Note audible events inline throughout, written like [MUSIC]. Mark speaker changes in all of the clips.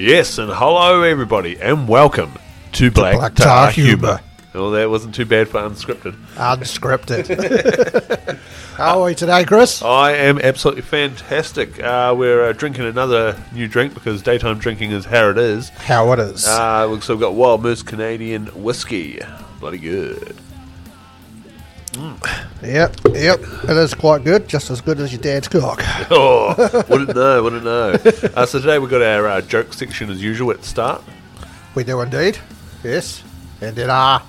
Speaker 1: Yes, and hello everybody, and welcome to Black,
Speaker 2: Black
Speaker 1: Tar,
Speaker 2: Tar
Speaker 1: Humour.
Speaker 2: Humour.
Speaker 1: Oh, that wasn't too bad for unscripted.
Speaker 2: Unscripted. [LAUGHS] How are we today, Chris?
Speaker 1: I am absolutely fantastic. Uh, we're uh, drinking another new drink because daytime drinking is how it is.
Speaker 2: How it is.
Speaker 1: Uh, we've also got Wild Moose Canadian Whiskey. Bloody good. [LAUGHS]
Speaker 2: yep, yep. It is quite good, just as good as your dad's cock.
Speaker 1: Oh, wouldn't know, wouldn't know. Uh, so today we've got our uh, joke section as usual at the start.
Speaker 2: We do indeed. Yes. And then, uh,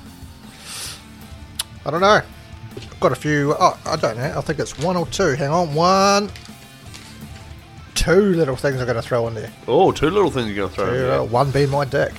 Speaker 2: I don't know. Got a few. Oh, I don't know. I think it's one or two. Hang on. One, two little things I'm going to throw in there.
Speaker 1: Oh, two little things you're going to throw in
Speaker 2: Two,
Speaker 1: there.
Speaker 2: uh, one being my dick.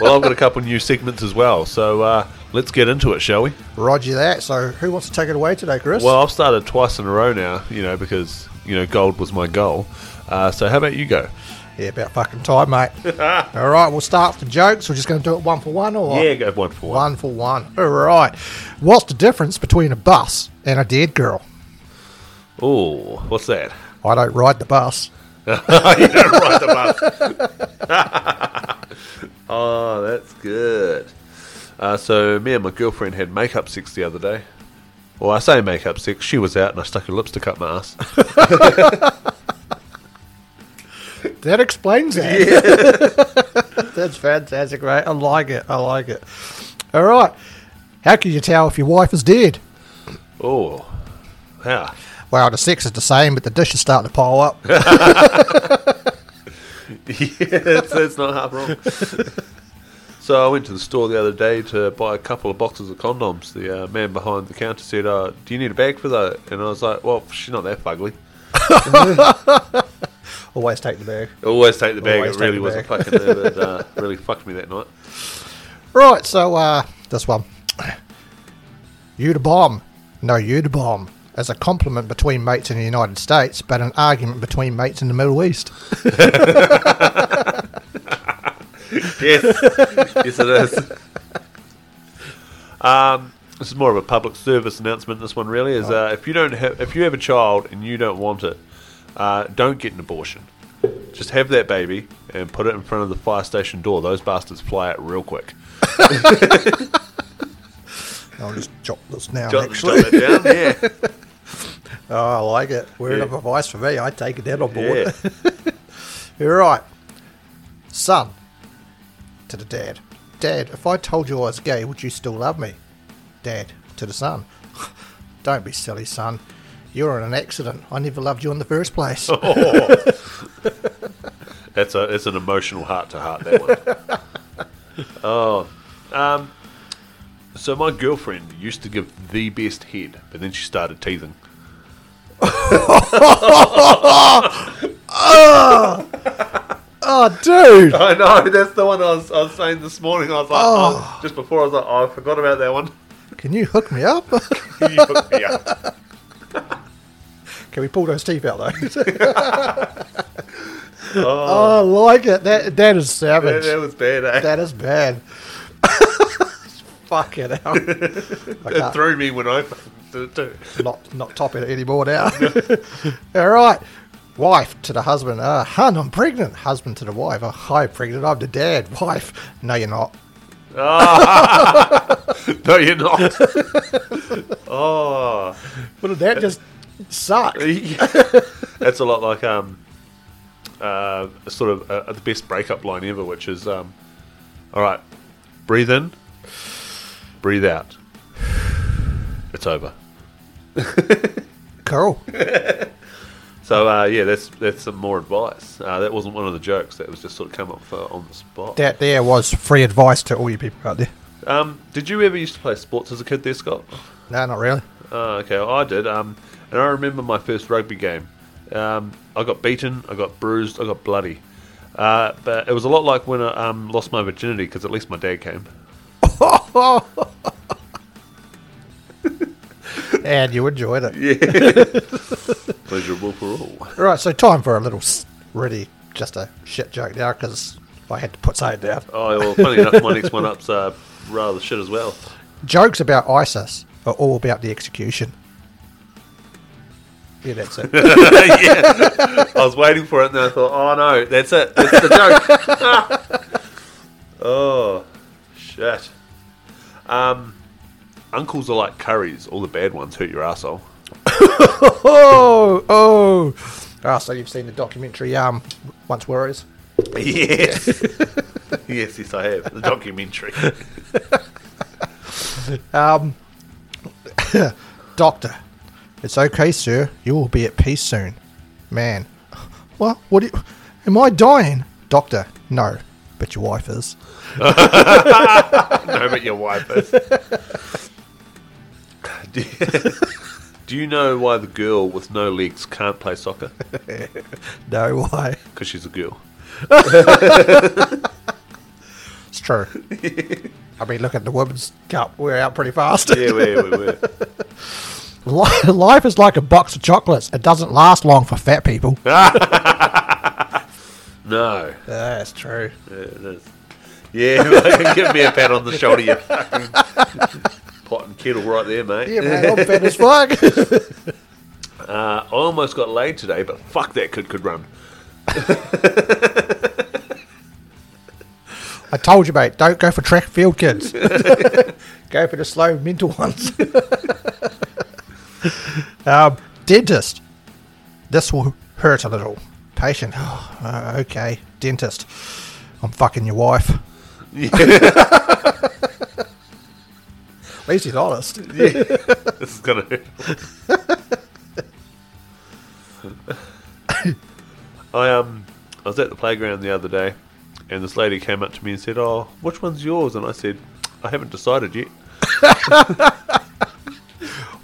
Speaker 1: Well, I've got a couple new segments as well, so uh, let's get into it, shall we?
Speaker 2: Roger that. So, who wants to take it away today, Chris?
Speaker 1: Well, I've started twice in a row now, you know, because, you know, gold was my goal. Uh, so how about you go?
Speaker 2: yeah, about fucking time, mate. All right, we'll start with the jokes. We're just going to do it one for one, or what?
Speaker 1: Yeah, go one for one.
Speaker 2: One for one. All right. What's the difference between a bus and a dead girl?
Speaker 1: Oh, what's that?
Speaker 2: I don't ride the bus.
Speaker 1: you don't write the bus. oh, that's good. Uh, so me and my girlfriend had makeup sex the other day. Well, I say makeup sex. She was out, and I stuck her lipstick up my [LAUGHS] ass.
Speaker 2: That explains it. [LAUGHS] That's fantastic, mate. I like it. I like it. All right. How can you tell if your wife is dead?
Speaker 1: oh, how?
Speaker 2: Well, the sex is the same, but the dish is starting to pile up.
Speaker 1: yeah, that's, that's not half wrong. [LAUGHS] so I went to the store the other day to buy a couple of boxes of condoms. The uh, man behind the counter said, uh, "Do you need a bag for that?" And I was like, "Well, she's not that fugly."
Speaker 2: Always take the bag.
Speaker 1: Always take the bag.
Speaker 2: Always
Speaker 1: it
Speaker 2: take
Speaker 1: really
Speaker 2: the
Speaker 1: wasn't
Speaker 2: bag.
Speaker 1: fucking there, but uh, really fucked me that night.
Speaker 2: Right, so uh, this one. You the bomb. No, you the bomb. As a compliment between mates in the United States, but an argument between mates in the Middle East.
Speaker 1: Yes, yes, it is. Um, this is more of a public service announcement. This one really is: uh, if you don't have, if you have a child and you don't want it, uh, don't get an abortion. Just have that baby and put it in front of the fire station door. Those bastards fly out real quick.
Speaker 2: I'll just jot this down,
Speaker 1: Jot-
Speaker 2: actually.
Speaker 1: jot that down, yeah.
Speaker 2: [LAUGHS] Oh, I like it. Word
Speaker 1: Yeah.
Speaker 2: of advice for me. I take that on
Speaker 1: Yeah.
Speaker 2: board. You're right. Son, to the dad. Dad, if I told you I was gay, would you still love me? Dad, to the son. Don't be silly, son. You're in an accident. I never loved you in the first place.
Speaker 1: Oh. [LAUGHS] That's a it's an emotional heart to heart that one. [LAUGHS] oh, um, so my girlfriend used to give the best head, but then she started teething.
Speaker 2: oh, dude.
Speaker 1: [LAUGHS] I know that's the one I was, I was saying this morning. I was like, oh, just before I was like, oh, I forgot about that one.
Speaker 2: Can you hook me up?
Speaker 1: [LAUGHS]
Speaker 2: [LAUGHS]
Speaker 1: you hooked me [LAUGHS] up.
Speaker 2: Can we pull those teeth out, though? [LAUGHS] oh, [LAUGHS] I like it. That, that is
Speaker 1: That,
Speaker 2: savage.
Speaker 1: that was bad. Eh?
Speaker 2: That is bad. [LAUGHS] Fucking hell. I
Speaker 1: it
Speaker 2: can't
Speaker 1: threw me when I did it too.
Speaker 2: not, not top it anymore now. [LAUGHS] All right. Wife to the husband. Uh, hun, I'm pregnant. Husband to the wife. Uh, hi, pregnant. I'm the dad. Wife. No, you're not.
Speaker 1: [LAUGHS] No, you're not. oh,
Speaker 2: Well, that just sucked.
Speaker 1: [LAUGHS] that's a lot like um, uh, sort of uh, the best breakup line ever, which is um, all right, breathe in, breathe out. It's over.
Speaker 2: Cool.
Speaker 1: So uh, yeah, that's that's some more advice. Uh, that wasn't one of the jokes. That was just sort of come up for, on the spot.
Speaker 2: That there was free advice to all you people out there.
Speaker 1: Um, did you ever used to play sports as a kid, there, Scott?
Speaker 2: No, not really.
Speaker 1: Oh, okay, I did. Um, and I remember my first rugby game. Um, I got beaten, I got bruised, I got bloody. Uh, but it was a lot like when I um, lost my virginity because at least my dad came.
Speaker 2: And you enjoyed it.
Speaker 1: Pleasurable for all.
Speaker 2: Right, so time for a little, s- really, just a shit joke now because I had to put something down.
Speaker 1: Oh, well, funny enough, my next one up's uh, rather shit as well. [LAUGHS]
Speaker 2: Jokes about ISIS are all about the execution. Yeah, that's it.
Speaker 1: [LAUGHS] yeah. I was waiting for it, and then I thought, oh no, that's it. That's the joke. [LAUGHS] oh, shit. Um, uncles are like curries. All the bad ones hurt your asshole.
Speaker 2: oh, oh. Ah, so you've seen the documentary um, Once Warriors?
Speaker 1: Yes. [LAUGHS] yes, yes, I have. The documentary.
Speaker 2: Doctor, it's okay, sir. You will be at peace soon. Man, what? What? do you- am I dying? Doctor, no, but your wife is.
Speaker 1: no, but your wife is. Do [LAUGHS] you, do you know why the girl with no legs can't play soccer?
Speaker 2: No [LAUGHS] way.
Speaker 1: Because she's a girl.
Speaker 2: It's true. I mean, look at the women's cup. We're out pretty fast. [LAUGHS]
Speaker 1: Yeah, we we were.
Speaker 2: Li- Life is like a box of chocolates. It doesn't last long for fat people.
Speaker 1: No.
Speaker 2: That's true.
Speaker 1: Yeah, it is. Yeah, [LAUGHS] fucking give me a pat on the shoulder, you fucking pot and kettle right there, mate.
Speaker 2: Yeah, man, I'm fat as fuck. [LAUGHS]
Speaker 1: Uh, I almost got laid today, but fuck that kid could run.
Speaker 2: I told you, mate. Don't go for track and field kids. [LAUGHS] go for the slow mental ones. [LAUGHS] um, dentist. This will hurt a little. Patient. [SIGHS] Oh, uh, okay. Dentist. I'm fucking your wife.
Speaker 1: [LAUGHS] Yeah,
Speaker 2: At least he's honest.
Speaker 1: yeah. This is gonna hurt. I um I was at the playground the other day and this lady came up to me and said, Oh, which one's yours? And I said, I haven't decided yet.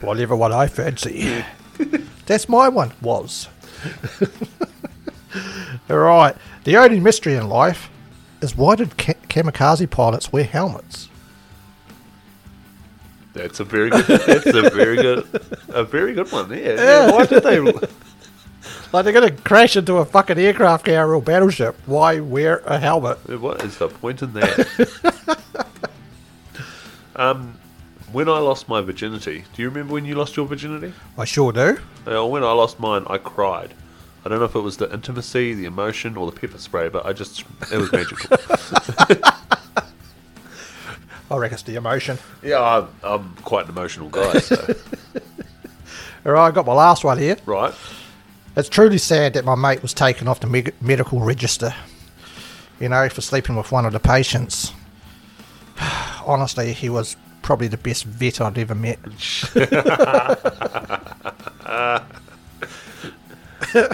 Speaker 2: Whatever one I fancy. [LAUGHS] That's my one. Was. [LAUGHS] All right. The only mystery in life is why did ka- kamikaze pilots wear helmets?
Speaker 1: That's a very good that's a very good a very good one, yeah. yeah why did they
Speaker 2: Like they're gonna crash into a fucking aircraft carrier or battleship. Why wear a helmet?
Speaker 1: What is the point in that? um, when I lost my virginity, do you remember when you lost your virginity?
Speaker 2: I sure do.
Speaker 1: Uh, when I lost mine, I cried. I don't know if it was the intimacy, the emotion, or the pepper spray, but I just, it was magical.
Speaker 2: I reckon it's the emotion.
Speaker 1: [LAUGHS] yeah, I'm, I'm quite an emotional guy, [LAUGHS] so.
Speaker 2: All right, I got my last one here.
Speaker 1: Right?
Speaker 2: It's truly sad that my mate was taken off the me- medical register. You know, for sleeping with one of the patients. [SIGHS] Honestly, he was probably the best vet I'd ever met.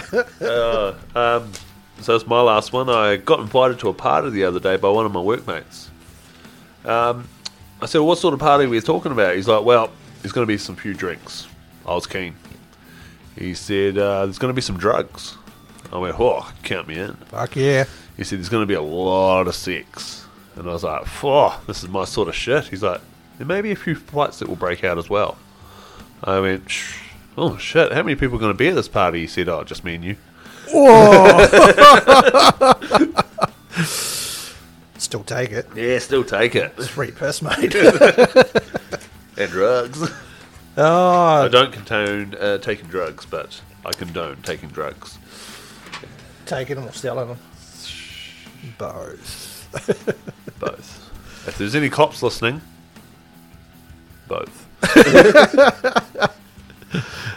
Speaker 1: [LAUGHS] Uh, um, So it's my last one. I got invited to a party the other day by one of my workmates. Um, I said, well, "What sort of party are we talking about?" He's like, "Well, there's going to be some few drinks." I was keen. He said, uh, "There's going to be some drugs." I went, "Oh, count me in."
Speaker 2: Fuck yeah.
Speaker 1: He said, "There's going to be a lot of sex," and I was like, "Phew, this is my sort of shit." He's like, "There may be a few fights that will break out as well." I went, "Shh. "Oh shit, how many people are going to be at this party?" He said, "Oh, just me and you."
Speaker 2: [LAUGHS] Still take it.
Speaker 1: Yeah, still take it
Speaker 2: Free piss, mate.
Speaker 1: and drugs. I
Speaker 2: oh,
Speaker 1: don't condone uh, taking drugs, but I condone taking drugs.
Speaker 2: taking them or selling them. Both.
Speaker 1: Both. if there's any cops listening, both.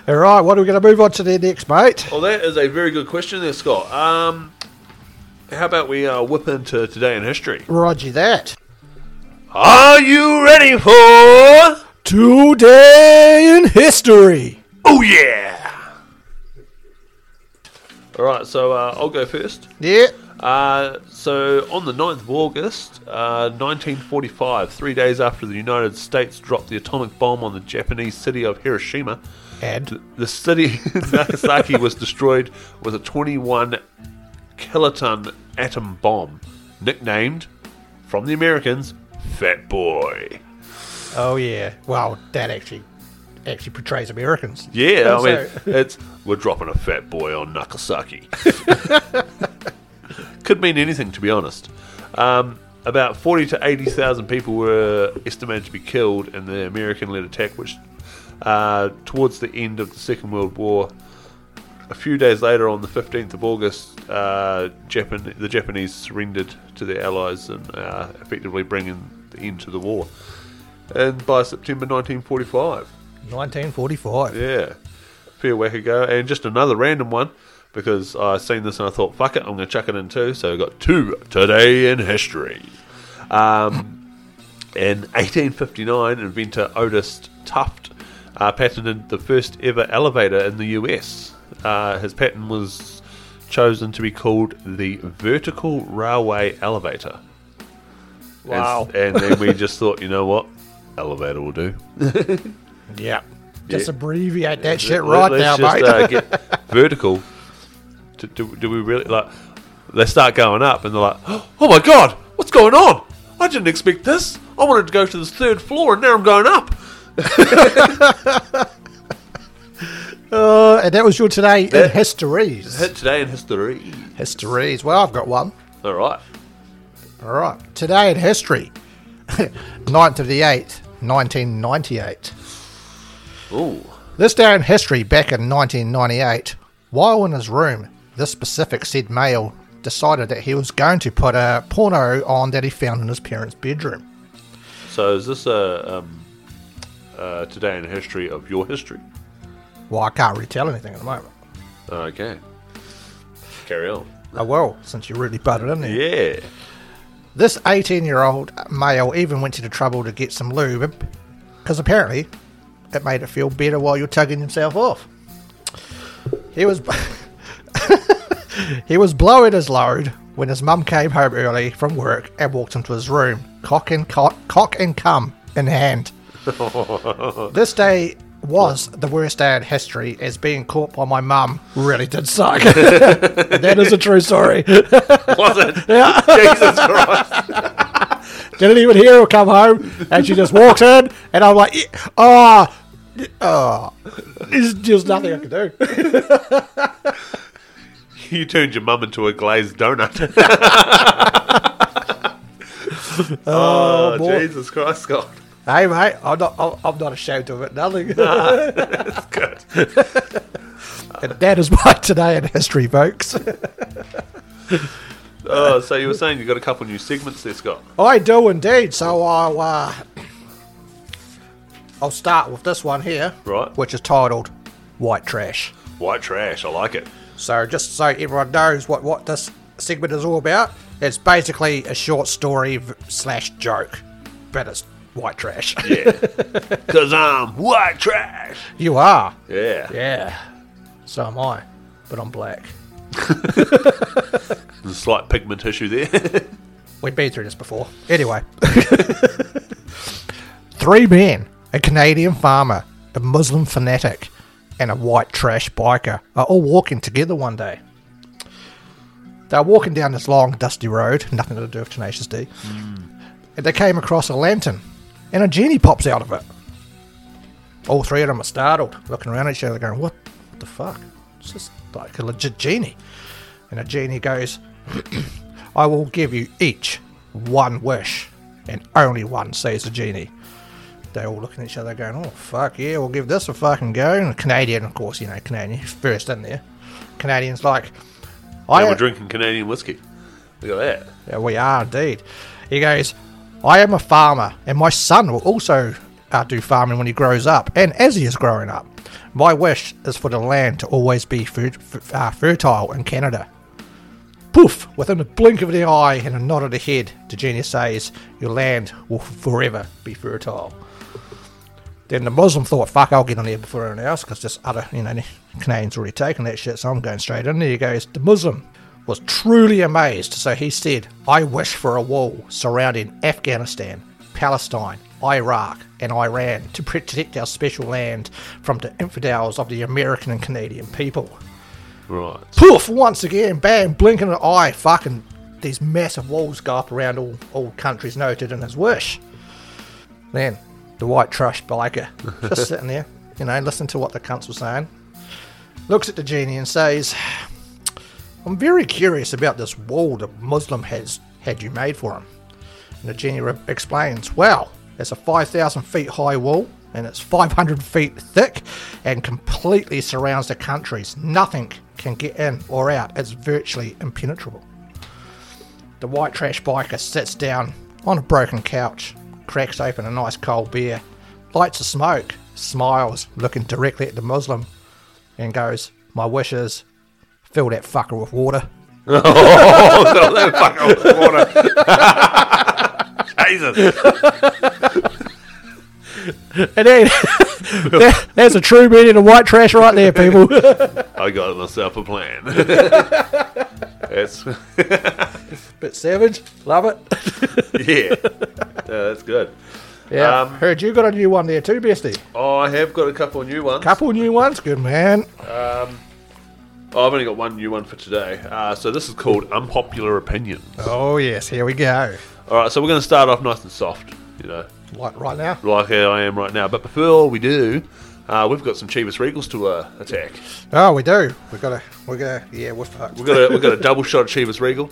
Speaker 2: All right, what are we going to move on to the next, mate?
Speaker 1: Well, that is a very good question there, Scott. Um, how about we uh, whip into today in history?
Speaker 2: Roger that.
Speaker 1: Are you ready for? Oh
Speaker 2: Today in history.
Speaker 1: yeah! All right, so uh, I'll go first.
Speaker 2: Yeah.
Speaker 1: Uh, so on the 9th of August, uh, 1945, three days after the United States dropped the atomic bomb on the Japanese city of Hiroshima, th-
Speaker 2: And
Speaker 1: the city Nagasaki was destroyed with a 21 kiloton atom bomb, nicknamed from the Americans "Fat Boy."
Speaker 2: oh yeah. Wow, that actually actually portrays Americans.
Speaker 1: Yeah, I mean,
Speaker 2: So-
Speaker 1: it's we're dropping a fat boy on Nagasaki. [LAUGHS] Could mean anything, to be honest. Um, about forty to eighty thousand people were estimated to be killed in the American-led attack, which, uh, towards the end of the Second World War, A few days later, on the 15th of August, uh, Japan- the Japanese surrendered to their allies and uh, effectively bringing the end to the war. And by September 1945,
Speaker 2: 1945.
Speaker 1: yeah, a fair whack ago. And just another random one because I seen this and I thought, fuck it, I'm going to chuck it in too. So we got two today in history. Um, [LAUGHS] in 1859, inventor Otis Tuft uh, patented the first ever elevator in the US. Uh, his patent was chosen to be called the Vertical Railway Elevator. And-
Speaker 2: Wow.
Speaker 1: and then we just thought, you know what? Elevator will do.
Speaker 2: Yeah. Just
Speaker 1: Yeah.
Speaker 2: abbreviate that shit
Speaker 1: Let-
Speaker 2: right now,
Speaker 1: let's
Speaker 2: mate.
Speaker 1: just, uh, [LAUGHS] get vertical. Do, do, do we really like? They start going up, and they're like, [GASPS] "Oh my god, what's going on? I didn't expect this. I wanted to go to this third floor, and now I'm going up."
Speaker 2: Uh, and that was your today in
Speaker 1: That-
Speaker 2: histories.
Speaker 1: Hit today in history.
Speaker 2: Histories. Well, I've got one.
Speaker 1: All right.
Speaker 2: All right. Today in history, [LAUGHS] 9th of the 8th, 1998.
Speaker 1: Ooh.
Speaker 2: This day in history, back in 1998, while in his room, this specific said male decided that he was going to put a porno on that he found in his parents' bedroom.
Speaker 1: So is this a um, uh, today in history of your history?
Speaker 2: Well, I can't really tell anything at the moment.
Speaker 1: Okay. Carry on.
Speaker 2: I will, since you really butted in there.
Speaker 1: Yeah.
Speaker 2: This 18 year old male even went to the trouble to get some lube because apparently it made it feel better while you're tugging himself off. He was. [LAUGHS] he was blowing his load when his mum came home early from work and walked into his room, cock and, cock, cock and cum in hand. this day was the worst day in history, as being caught by my mum really did suck. that is a true story.
Speaker 1: [LAUGHS] Was it? [LAUGHS] Jesus Christ.
Speaker 2: didn't even hear her come home, and she just walks in, and I'm like, "Yeah, ah, oh, there's just nothing I can do.
Speaker 1: You turned your mum into a glazed donut. [LAUGHS] Oh,
Speaker 2: boy.
Speaker 1: Jesus Christ, Scott.
Speaker 2: hey, mate, I'm not, I'm- I'm not ashamed of it.
Speaker 1: [LAUGHS]
Speaker 2: Nothing.
Speaker 1: That's good.
Speaker 2: [LAUGHS] and that is my today in history, folks. [LAUGHS]
Speaker 1: Oh, so you were saying you got a couple new segments there, Scott.
Speaker 2: I do indeed. So I'll, uh, I'll start with this one here,
Speaker 1: Right.
Speaker 2: which is titled "White Trash."
Speaker 1: White trash, I like it.
Speaker 2: So just so everyone knows what what this segment is all about, it's basically a short story v- slash joke, but it's white trash. [LAUGHS]
Speaker 1: Yeah. Because I'm white trash.
Speaker 2: you are.
Speaker 1: Yeah.
Speaker 2: Yeah. So am I, but I'm black.
Speaker 1: There's a slight pigment issue there. [LAUGHS]
Speaker 2: We've been through this before. Anyway. [LAUGHS] Three men, a Canadian farmer, a Muslim fanatic, and a white trash biker are all walking together one day. They were walking down this long, dusty road, nothing to do with Tenacious D, and they came across a lantern, and a genie pops out of it. All three of them are startled, looking around at each other, going, What, what the fuck? It's just like a legit genie. And a genie goes, [CLEARS THROAT] I will give you each one wish, and only one, says the genie. They're all looking at each other, going, "Oh fuck yeah, we'll give this a fucking go." And Canadian, of course, you know, Canadian [LAUGHS] first in there. Canadians like,
Speaker 1: I
Speaker 2: I
Speaker 1: we're drinking Canadian whiskey. Look at that.
Speaker 2: yeah, we are indeed. He goes, I am a farmer, and my son will also uh, do farming when he grows up, and as he is growing up. My wish is for the land to always be fer- fer- uh, fertile in Canada. Poof! Within a blink of the eye and a nod of the head, the genius says, Your land will forever be fertile. Then the Muslim thought, fuck, I'll get on there before anyone else because this other, you know, Canadian's already taken that shit, so I'm going straight in there. He goes, the Muslim was truly amazed, so he said, I wish for a wall surrounding Afghanistan, Palestine, Iraq, and Iran to protect our special land from the infidels of the American and Canadian people.
Speaker 1: [LAUGHS] Right.
Speaker 2: Poof! Once again, bam, blinking an eye, fucking these massive walls go up around all, all countries noted in his wish. Then, the white trash biker, just sitting there, you know, listening to what the cunts were saying, looks at the genie and says, I'm very curious about this wall the Muslim has had you made for him. And the genie re- explains, well, it's a 5,000 feet high wall and it's 500 feet thick and completely surrounds the countries. Nothing can get in or out. It's virtually impenetrable. The white trash biker sits down on a broken couch, cracks open a nice cold beer, lights a smoke, smiles, looking directly at the Muslim, and goes, My wish is fill that fucker with water.
Speaker 1: [LAUGHS] [LAUGHS] Jesus.
Speaker 2: And then [LAUGHS] that, that's a true meaning of white trash right there, people.
Speaker 1: I got myself a plan. [LAUGHS] that's [LAUGHS]
Speaker 2: Bit savage, love it.
Speaker 1: yeah. No, that's good.
Speaker 2: Yeah,
Speaker 1: Um,
Speaker 2: heard you got a new one there too, Bestie.
Speaker 1: Oh, I have got a couple new ones.
Speaker 2: Couple new ones, good man.
Speaker 1: Oh, I've only got one new one for today. Uh, so this is called unpopular opinions.
Speaker 2: Oh yes, here we go.
Speaker 1: All right, so we're going to start off nice and soft, you know,
Speaker 2: Like right now.
Speaker 1: like I am right now. But before we do, uh, we've got some Chivas Regals to uh, attack.
Speaker 2: Oh, we do. We gotta. We gotta. Yeah, uh, we're fucked.
Speaker 1: We've got a, we've got a double shot of Chivas Regal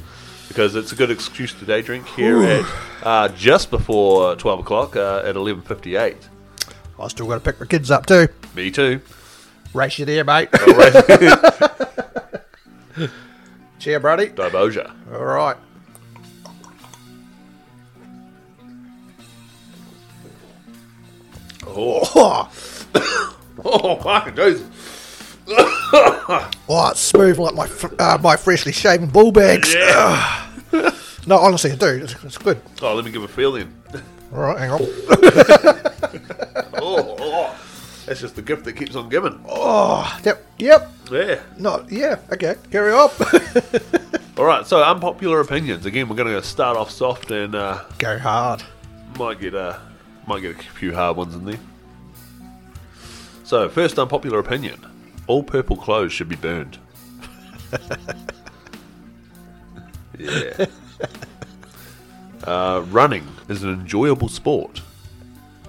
Speaker 1: because it's a good excuse to day drink here at uh, just before twelve o'clock uh, at eleven fifty eight.
Speaker 2: I still gotta pick my kids up too.
Speaker 1: Me [LAUGHS] too.
Speaker 2: Race you there, [COUGHS] mate. Cheer, buddy.
Speaker 1: Diboja.
Speaker 2: All right.
Speaker 1: Oh,
Speaker 2: Oh,
Speaker 1: oh fucking Jesus.
Speaker 2: oh it's smooth like my fr- uh, my freshly shaven bull bags.
Speaker 1: Yeah.
Speaker 2: No, honestly, I do. It's, it's good.
Speaker 1: Oh, let me give a feel then.
Speaker 2: All right, hang on. [COUGHS]
Speaker 1: Oh, oh. that's just the gift that keeps on giving. Oh,
Speaker 2: Oh, yep. Yep.
Speaker 1: yeah.
Speaker 2: No. Yeah. Okay. Carry on. [LAUGHS]
Speaker 1: All right. So unpopular opinions. Again, we're going to start off soft and uh,
Speaker 2: go hard.
Speaker 1: might get a might get a few hard ones in there. So, first unpopular opinion: all purple clothes should be burned. [LAUGHS] yeah. Uh, running is an enjoyable sport.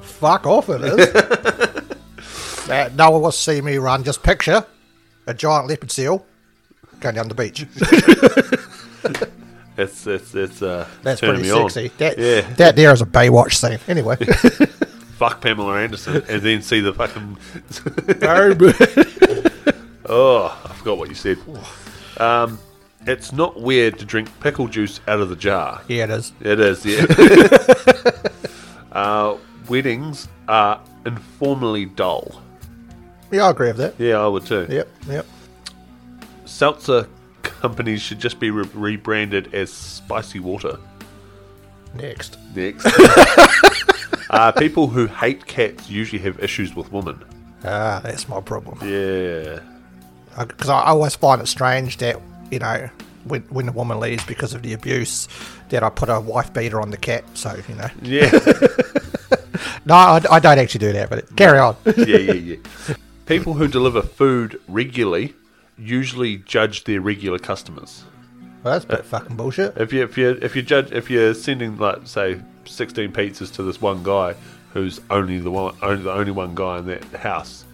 Speaker 2: Fuck off
Speaker 1: [LAUGHS]
Speaker 2: it is. Uh, no one wants to see me run. Just picture a giant leopard seal going down the beach.
Speaker 1: It's it's it's uh,
Speaker 2: That's
Speaker 1: turning
Speaker 2: pretty
Speaker 1: me on.
Speaker 2: sexy. That,
Speaker 1: yeah,
Speaker 2: that there is a Baywatch scene.
Speaker 1: [LAUGHS]
Speaker 2: Anyway.
Speaker 1: fuck Pamela Anderson, and then see the fucking. [LAUGHS]
Speaker 2: [LAUGHS] Boom.
Speaker 1: oh, I forgot what you said. Um, it's not weird to drink pickle juice out of the jar.
Speaker 2: yeah, it is.
Speaker 1: It is, [LAUGHS] yeah. uh, weddings are informally dull.
Speaker 2: Yeah, I agree with that.
Speaker 1: Yeah, I would too.
Speaker 2: Yep, yep.
Speaker 1: Seltzer companies should just be re- rebranded as spicy water.
Speaker 2: Next.
Speaker 1: Next. [LAUGHS] uh, people who hate cats usually have issues with women.
Speaker 2: Ah, that's my problem.
Speaker 1: Yeah.
Speaker 2: Because I, I always find it strange that, you know, when, when the woman leaves because of the abuse, that I put a wife beater on the cat. So, you know.
Speaker 1: Yeah. [LAUGHS]
Speaker 2: No, I, I don't actually do that, but
Speaker 1: [LAUGHS]
Speaker 2: carry on.
Speaker 1: yeah, yeah, yeah. People who deliver food regularly usually judge their regular customers.
Speaker 2: that's a bit fucking bullshit.
Speaker 1: If you if you if you judge if you're sending like say sixteen pizzas to this one guy who's only the one only the only one guy in that house,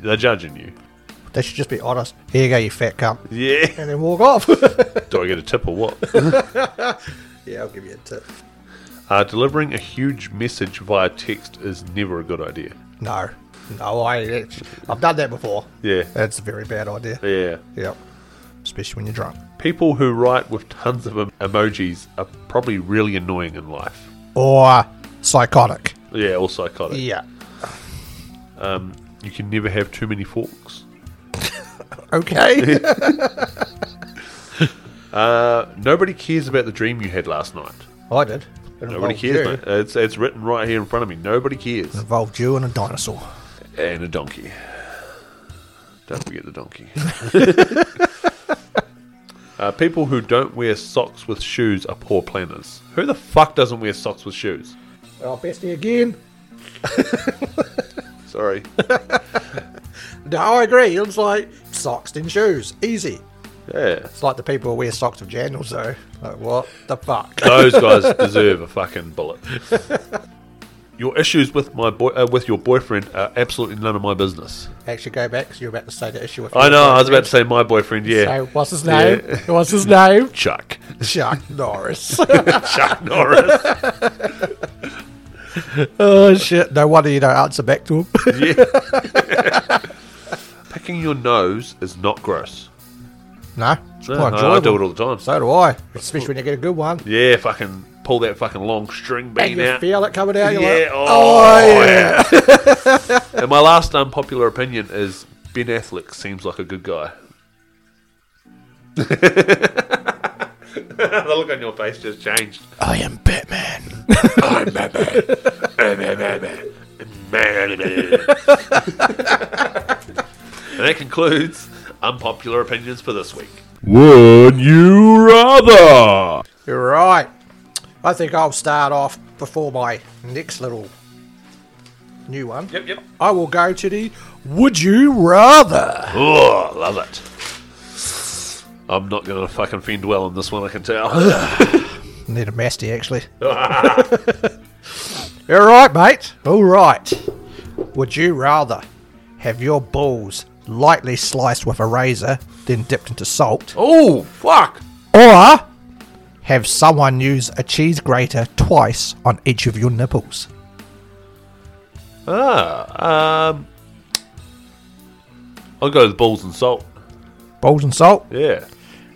Speaker 1: they're judging you.
Speaker 2: They should just be honest. Here you go, you fat cunt.
Speaker 1: Yeah.
Speaker 2: And then walk
Speaker 1: [LAUGHS]
Speaker 2: off. [LAUGHS]
Speaker 1: Do I get a tip or what? [LAUGHS]
Speaker 2: yeah, I'll give you a tip.
Speaker 1: uh, delivering a huge message via text is never a good idea.
Speaker 2: No. No, I, I've done that before.
Speaker 1: Yeah.
Speaker 2: That's a very bad idea.
Speaker 1: Yeah.
Speaker 2: Yep. Especially when you're drunk.
Speaker 1: People who write with tons of em- emojis are probably really annoying in life.
Speaker 2: Or psychotic.
Speaker 1: Yeah, or psychotic.
Speaker 2: Yeah.
Speaker 1: You can never have too many forks. [LAUGHS]
Speaker 2: Okay.
Speaker 1: Uh, nobody cares about the dream you had last night.
Speaker 2: I did. It
Speaker 1: Nobody
Speaker 2: involved
Speaker 1: cares,
Speaker 2: you.
Speaker 1: mate. It's, it's written right here in front of me. Nobody cares.
Speaker 2: It involved you and a dinosaur.
Speaker 1: And a donkey. Don't forget the donkey. [LAUGHS] uh, people who don't wear socks with shoes are poor planners. Who the fuck doesn't wear socks with shoes?
Speaker 2: Oh, bestie again.
Speaker 1: Sorry.
Speaker 2: No, I agree. It's like socks and shoes. Easy.
Speaker 1: [LAUGHS] Yeah.
Speaker 2: It's like the people who wear socks with jandals, though. Like, what the fuck?
Speaker 1: Those guys deserve a fucking [LAUGHS] bullet. Your issues with my boy, uh, with your boyfriend are absolutely none of my business.
Speaker 2: Actually, go back because you're about to say the issue with.
Speaker 1: I know. I was about to say my boyfriend. Yeah,
Speaker 2: So, what's his name? What's his [LAUGHS] name?
Speaker 1: Chuck. [LAUGHS]
Speaker 2: Chuck Norris.
Speaker 1: Chuck Norris.
Speaker 2: [LAUGHS] oh shit! No wonder you don't answer back [LAUGHS] to him.
Speaker 1: Yeah. [LAUGHS] Picking your nose is not gross.
Speaker 2: no, it's
Speaker 1: No,
Speaker 2: quite enjoyable.
Speaker 1: I, I do it all the time.
Speaker 2: So do I, especially when you get a good one.
Speaker 1: Yeah, fucking pull that fucking long string
Speaker 2: And
Speaker 1: bean
Speaker 2: you
Speaker 1: out.
Speaker 2: feel it coming out. You're
Speaker 1: yeah.
Speaker 2: like,
Speaker 1: oh,
Speaker 2: oh, yeah.
Speaker 1: yeah. [LAUGHS]
Speaker 2: [LAUGHS]
Speaker 1: and my last unpopular opinion is Ben Affleck seems like a good guy. [LAUGHS] the look on your face just
Speaker 2: [LAUGHS]
Speaker 1: changed.
Speaker 2: I am Batman.
Speaker 1: I'm Batman. I'm Batman.
Speaker 2: [LAUGHS]
Speaker 1: Batman. and that concludes unpopular opinions for this week.
Speaker 3: Would you rather?
Speaker 2: You're right. I think I'll start off before my next little new one.
Speaker 1: Yep, yep.
Speaker 2: I will go to the Would You Rather.
Speaker 1: Oh, love it. I'm not going to fucking fend well on this one, I can tell. [LAUGHS]
Speaker 2: Need a masty, actually. [LAUGHS] You're right, mate. All right. Would you rather have your balls lightly sliced with a razor, then dipped into salt,
Speaker 1: oh, fuck.
Speaker 2: or have someone use a cheese grater twice on each of your nipples?
Speaker 1: Ah, um, I'll go with balls and salt.
Speaker 2: Balls and salt?
Speaker 1: Yeah.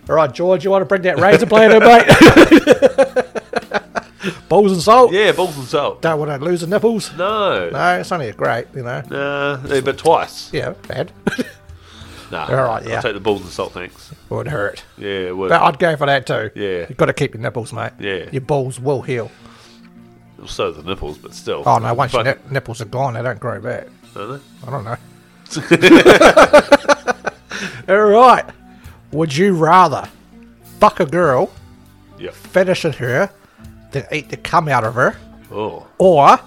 Speaker 2: All right, George, you want to bring that razor blade in, mate? [LAUGHS] Balls and salt.
Speaker 1: Yeah, balls and salt.
Speaker 2: Don't want to lose the nipples.
Speaker 1: No. Nah,
Speaker 2: No, it's only a great, you know.
Speaker 1: eh, but twice.
Speaker 2: Yeah, bad.
Speaker 1: Nah.
Speaker 2: All right, yeah.
Speaker 1: I'll take the balls and salt, thanks.
Speaker 2: Would hurt.
Speaker 1: Yeah, it would.
Speaker 2: But I'd go for that too.
Speaker 1: Yeah.
Speaker 2: You've got to keep your nipples, mate.
Speaker 1: Yeah.
Speaker 2: Your balls will heal.
Speaker 1: So the nipples, but still.
Speaker 2: Oh, no, once your
Speaker 1: Fuck, [LAUGHS]
Speaker 2: nip- nipples are gone, they don't grow back.
Speaker 1: don't they?
Speaker 2: I don't know. All right. Would you rather fuck a girl,
Speaker 1: Yeah.
Speaker 2: finish at her, then eat the cum out of her?
Speaker 1: Oh.
Speaker 2: Or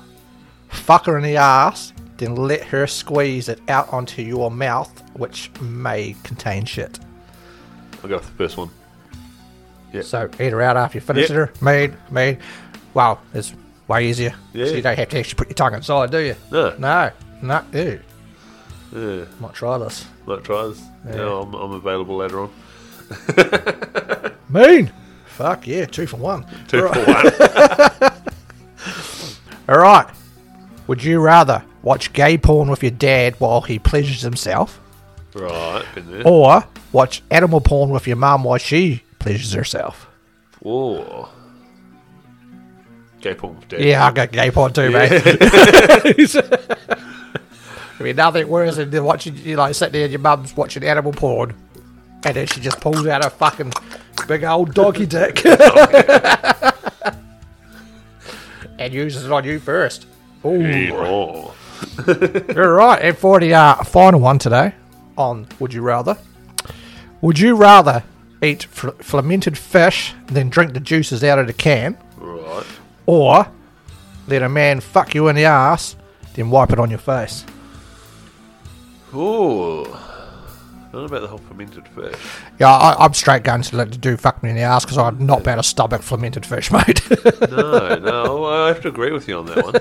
Speaker 2: fuck her in the ass, then let her squeeze it out onto your mouth, which may contain shit.
Speaker 1: I'll go with the first one.
Speaker 2: So eat her out after you finish
Speaker 1: Yeah.
Speaker 2: her. Made, made. Wow, it's way easier.
Speaker 1: Yeah.
Speaker 2: So you don't have to actually put your tongue inside, do you?
Speaker 1: No.
Speaker 2: No. No. Ew.
Speaker 1: Yeah.
Speaker 2: Might try this.
Speaker 1: Might try this. Yeah. I'm, I'm available later on.
Speaker 2: Mean. Fuck yeah, two for one.
Speaker 1: Two
Speaker 2: Right.
Speaker 1: for one.
Speaker 2: All right. Would you rather watch gay porn with your dad while he pleasures himself, [LAUGHS]
Speaker 1: Right, been there.
Speaker 2: or watch animal porn with your mum while she pleasures herself?
Speaker 1: Whoa. Gay porn with dad.
Speaker 2: Yeah, I got gay porn too, mate. [LAUGHS] I mean, nothing worse than watching you like sitting there and your mum's watching animal porn, and then she just pulls out her fucking big old doggy dick [LAUGHS] and uses it on you first.
Speaker 1: Yeah,
Speaker 2: Ooh,
Speaker 1: Oh.
Speaker 2: you're right. And for the uh, final one today, on would you rather? Would you rather eat fl- fermented fish than drink the juices out of the can?
Speaker 1: Right.
Speaker 2: or let a man fuck you in the ass, then wipe it on your face.
Speaker 1: Ooh. I don't know about the whole fermented fish.
Speaker 2: Yeah, I, I'm straight going to let the dude fuck me in the ass because I'd not be able to stomach fermented fish, [LAUGHS] mate. [LAUGHS]
Speaker 1: No, no, I have to agree with you on that one.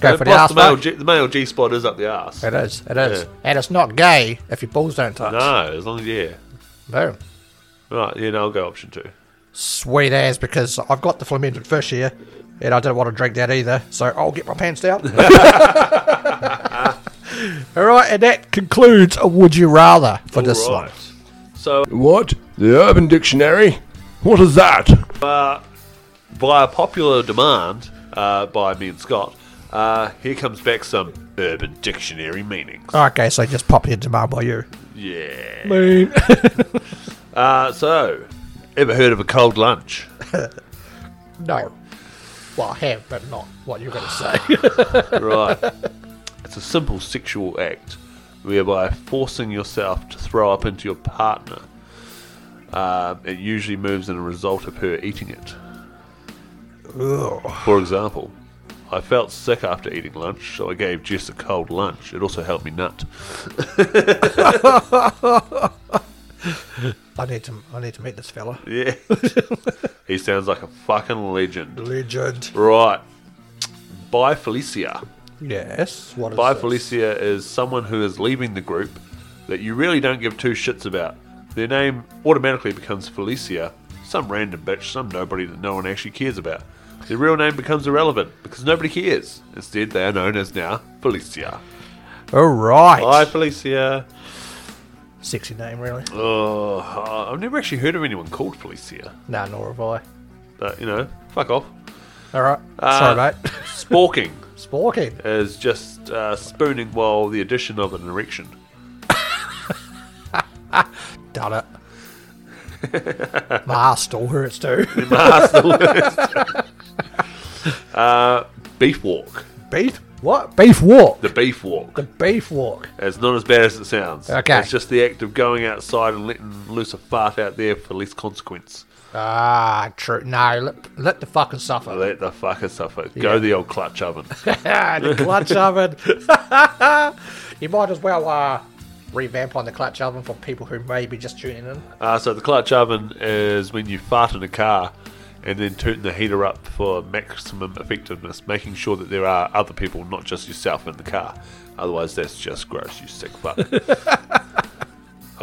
Speaker 2: Go
Speaker 1: And
Speaker 2: for the
Speaker 1: plus
Speaker 2: ass,
Speaker 1: the male,
Speaker 2: mate.
Speaker 1: G, the male G spot is up the ass.
Speaker 2: It is, it is,
Speaker 1: Yeah.
Speaker 2: and it's not gay if your balls don't touch.
Speaker 1: No, as long as yeah.
Speaker 2: Boom,
Speaker 1: Right, yeah, no, I'll go option two.
Speaker 2: sweet ass, because I've got the fermented fish here, and I don't want to drink that either, so I'll get my
Speaker 1: [LAUGHS]
Speaker 2: pants down. All right, and that concludes a Would You Rather for this one.
Speaker 1: Alright. So
Speaker 3: What? The Urban Dictionary? What is that?
Speaker 1: via popular demand uh, by me and Scott, uh, here comes back some urban dictionary meanings.
Speaker 2: Okay, so just pop your demand by you.
Speaker 1: Yeah.
Speaker 2: Mean.
Speaker 1: Uh, so, ever heard of a cold lunch?
Speaker 2: No. Well, I have, but not what you're going to say.
Speaker 1: Right. it's a simple sexual act whereby forcing yourself to throw up into your partner. Um, it usually moves in a result of her eating it. For example, I felt sick after eating lunch, so I gave Jess a cold lunch. It also helped me nut.
Speaker 2: I need to. I need to meet this fella.
Speaker 1: Yeah. [LAUGHS] he sounds like a fucking legend.
Speaker 2: Legend.
Speaker 1: Right. Bye, Felicia.
Speaker 2: Yes. What is
Speaker 1: Bye,
Speaker 2: this?
Speaker 1: Felicia is someone who is leaving the group that you really don't give two shits about. Their name automatically becomes Felicia, some random bitch, some nobody that no one actually cares about. Their real name becomes irrelevant because nobody cares. Instead, they are known as now Felicia.
Speaker 2: All right.
Speaker 1: Hi, Felicia.
Speaker 2: Sexy name, really.
Speaker 1: Oh, I've never actually heard of anyone called Felicia,
Speaker 2: Nah, nor have I.
Speaker 1: but you know, fuck off.
Speaker 2: All right.
Speaker 1: Uh,
Speaker 2: Sorry, mate.
Speaker 1: Sporking [LAUGHS]
Speaker 2: Sporking.
Speaker 1: is just uh, spooning while the addition of an erection. [LAUGHS]
Speaker 2: Done it. My ass still
Speaker 1: [LAUGHS]
Speaker 2: hurts too.
Speaker 1: Uh, Beef walk.
Speaker 2: beef? What? Beef walk.
Speaker 1: The beef walk.
Speaker 2: The beef walk.
Speaker 1: It's not as bad as it sounds.
Speaker 2: Okay.
Speaker 1: It's just the act of going outside and letting loose a fart out there for less consequence.
Speaker 2: Ah, true. No, let, let the fucking suffer.
Speaker 1: Let the fucker suffer. Go the old clutch oven.
Speaker 2: Ah, the clutch oven. [LAUGHS] you might as well uh, revamp on the clutch oven for people who may be just tuning in.
Speaker 1: Uh, so the clutch oven is when you fart in a car and then turn the heater up for maximum effectiveness, making sure that there are other people, not just yourself, in the car. Otherwise, that's just gross, you sick fuck. a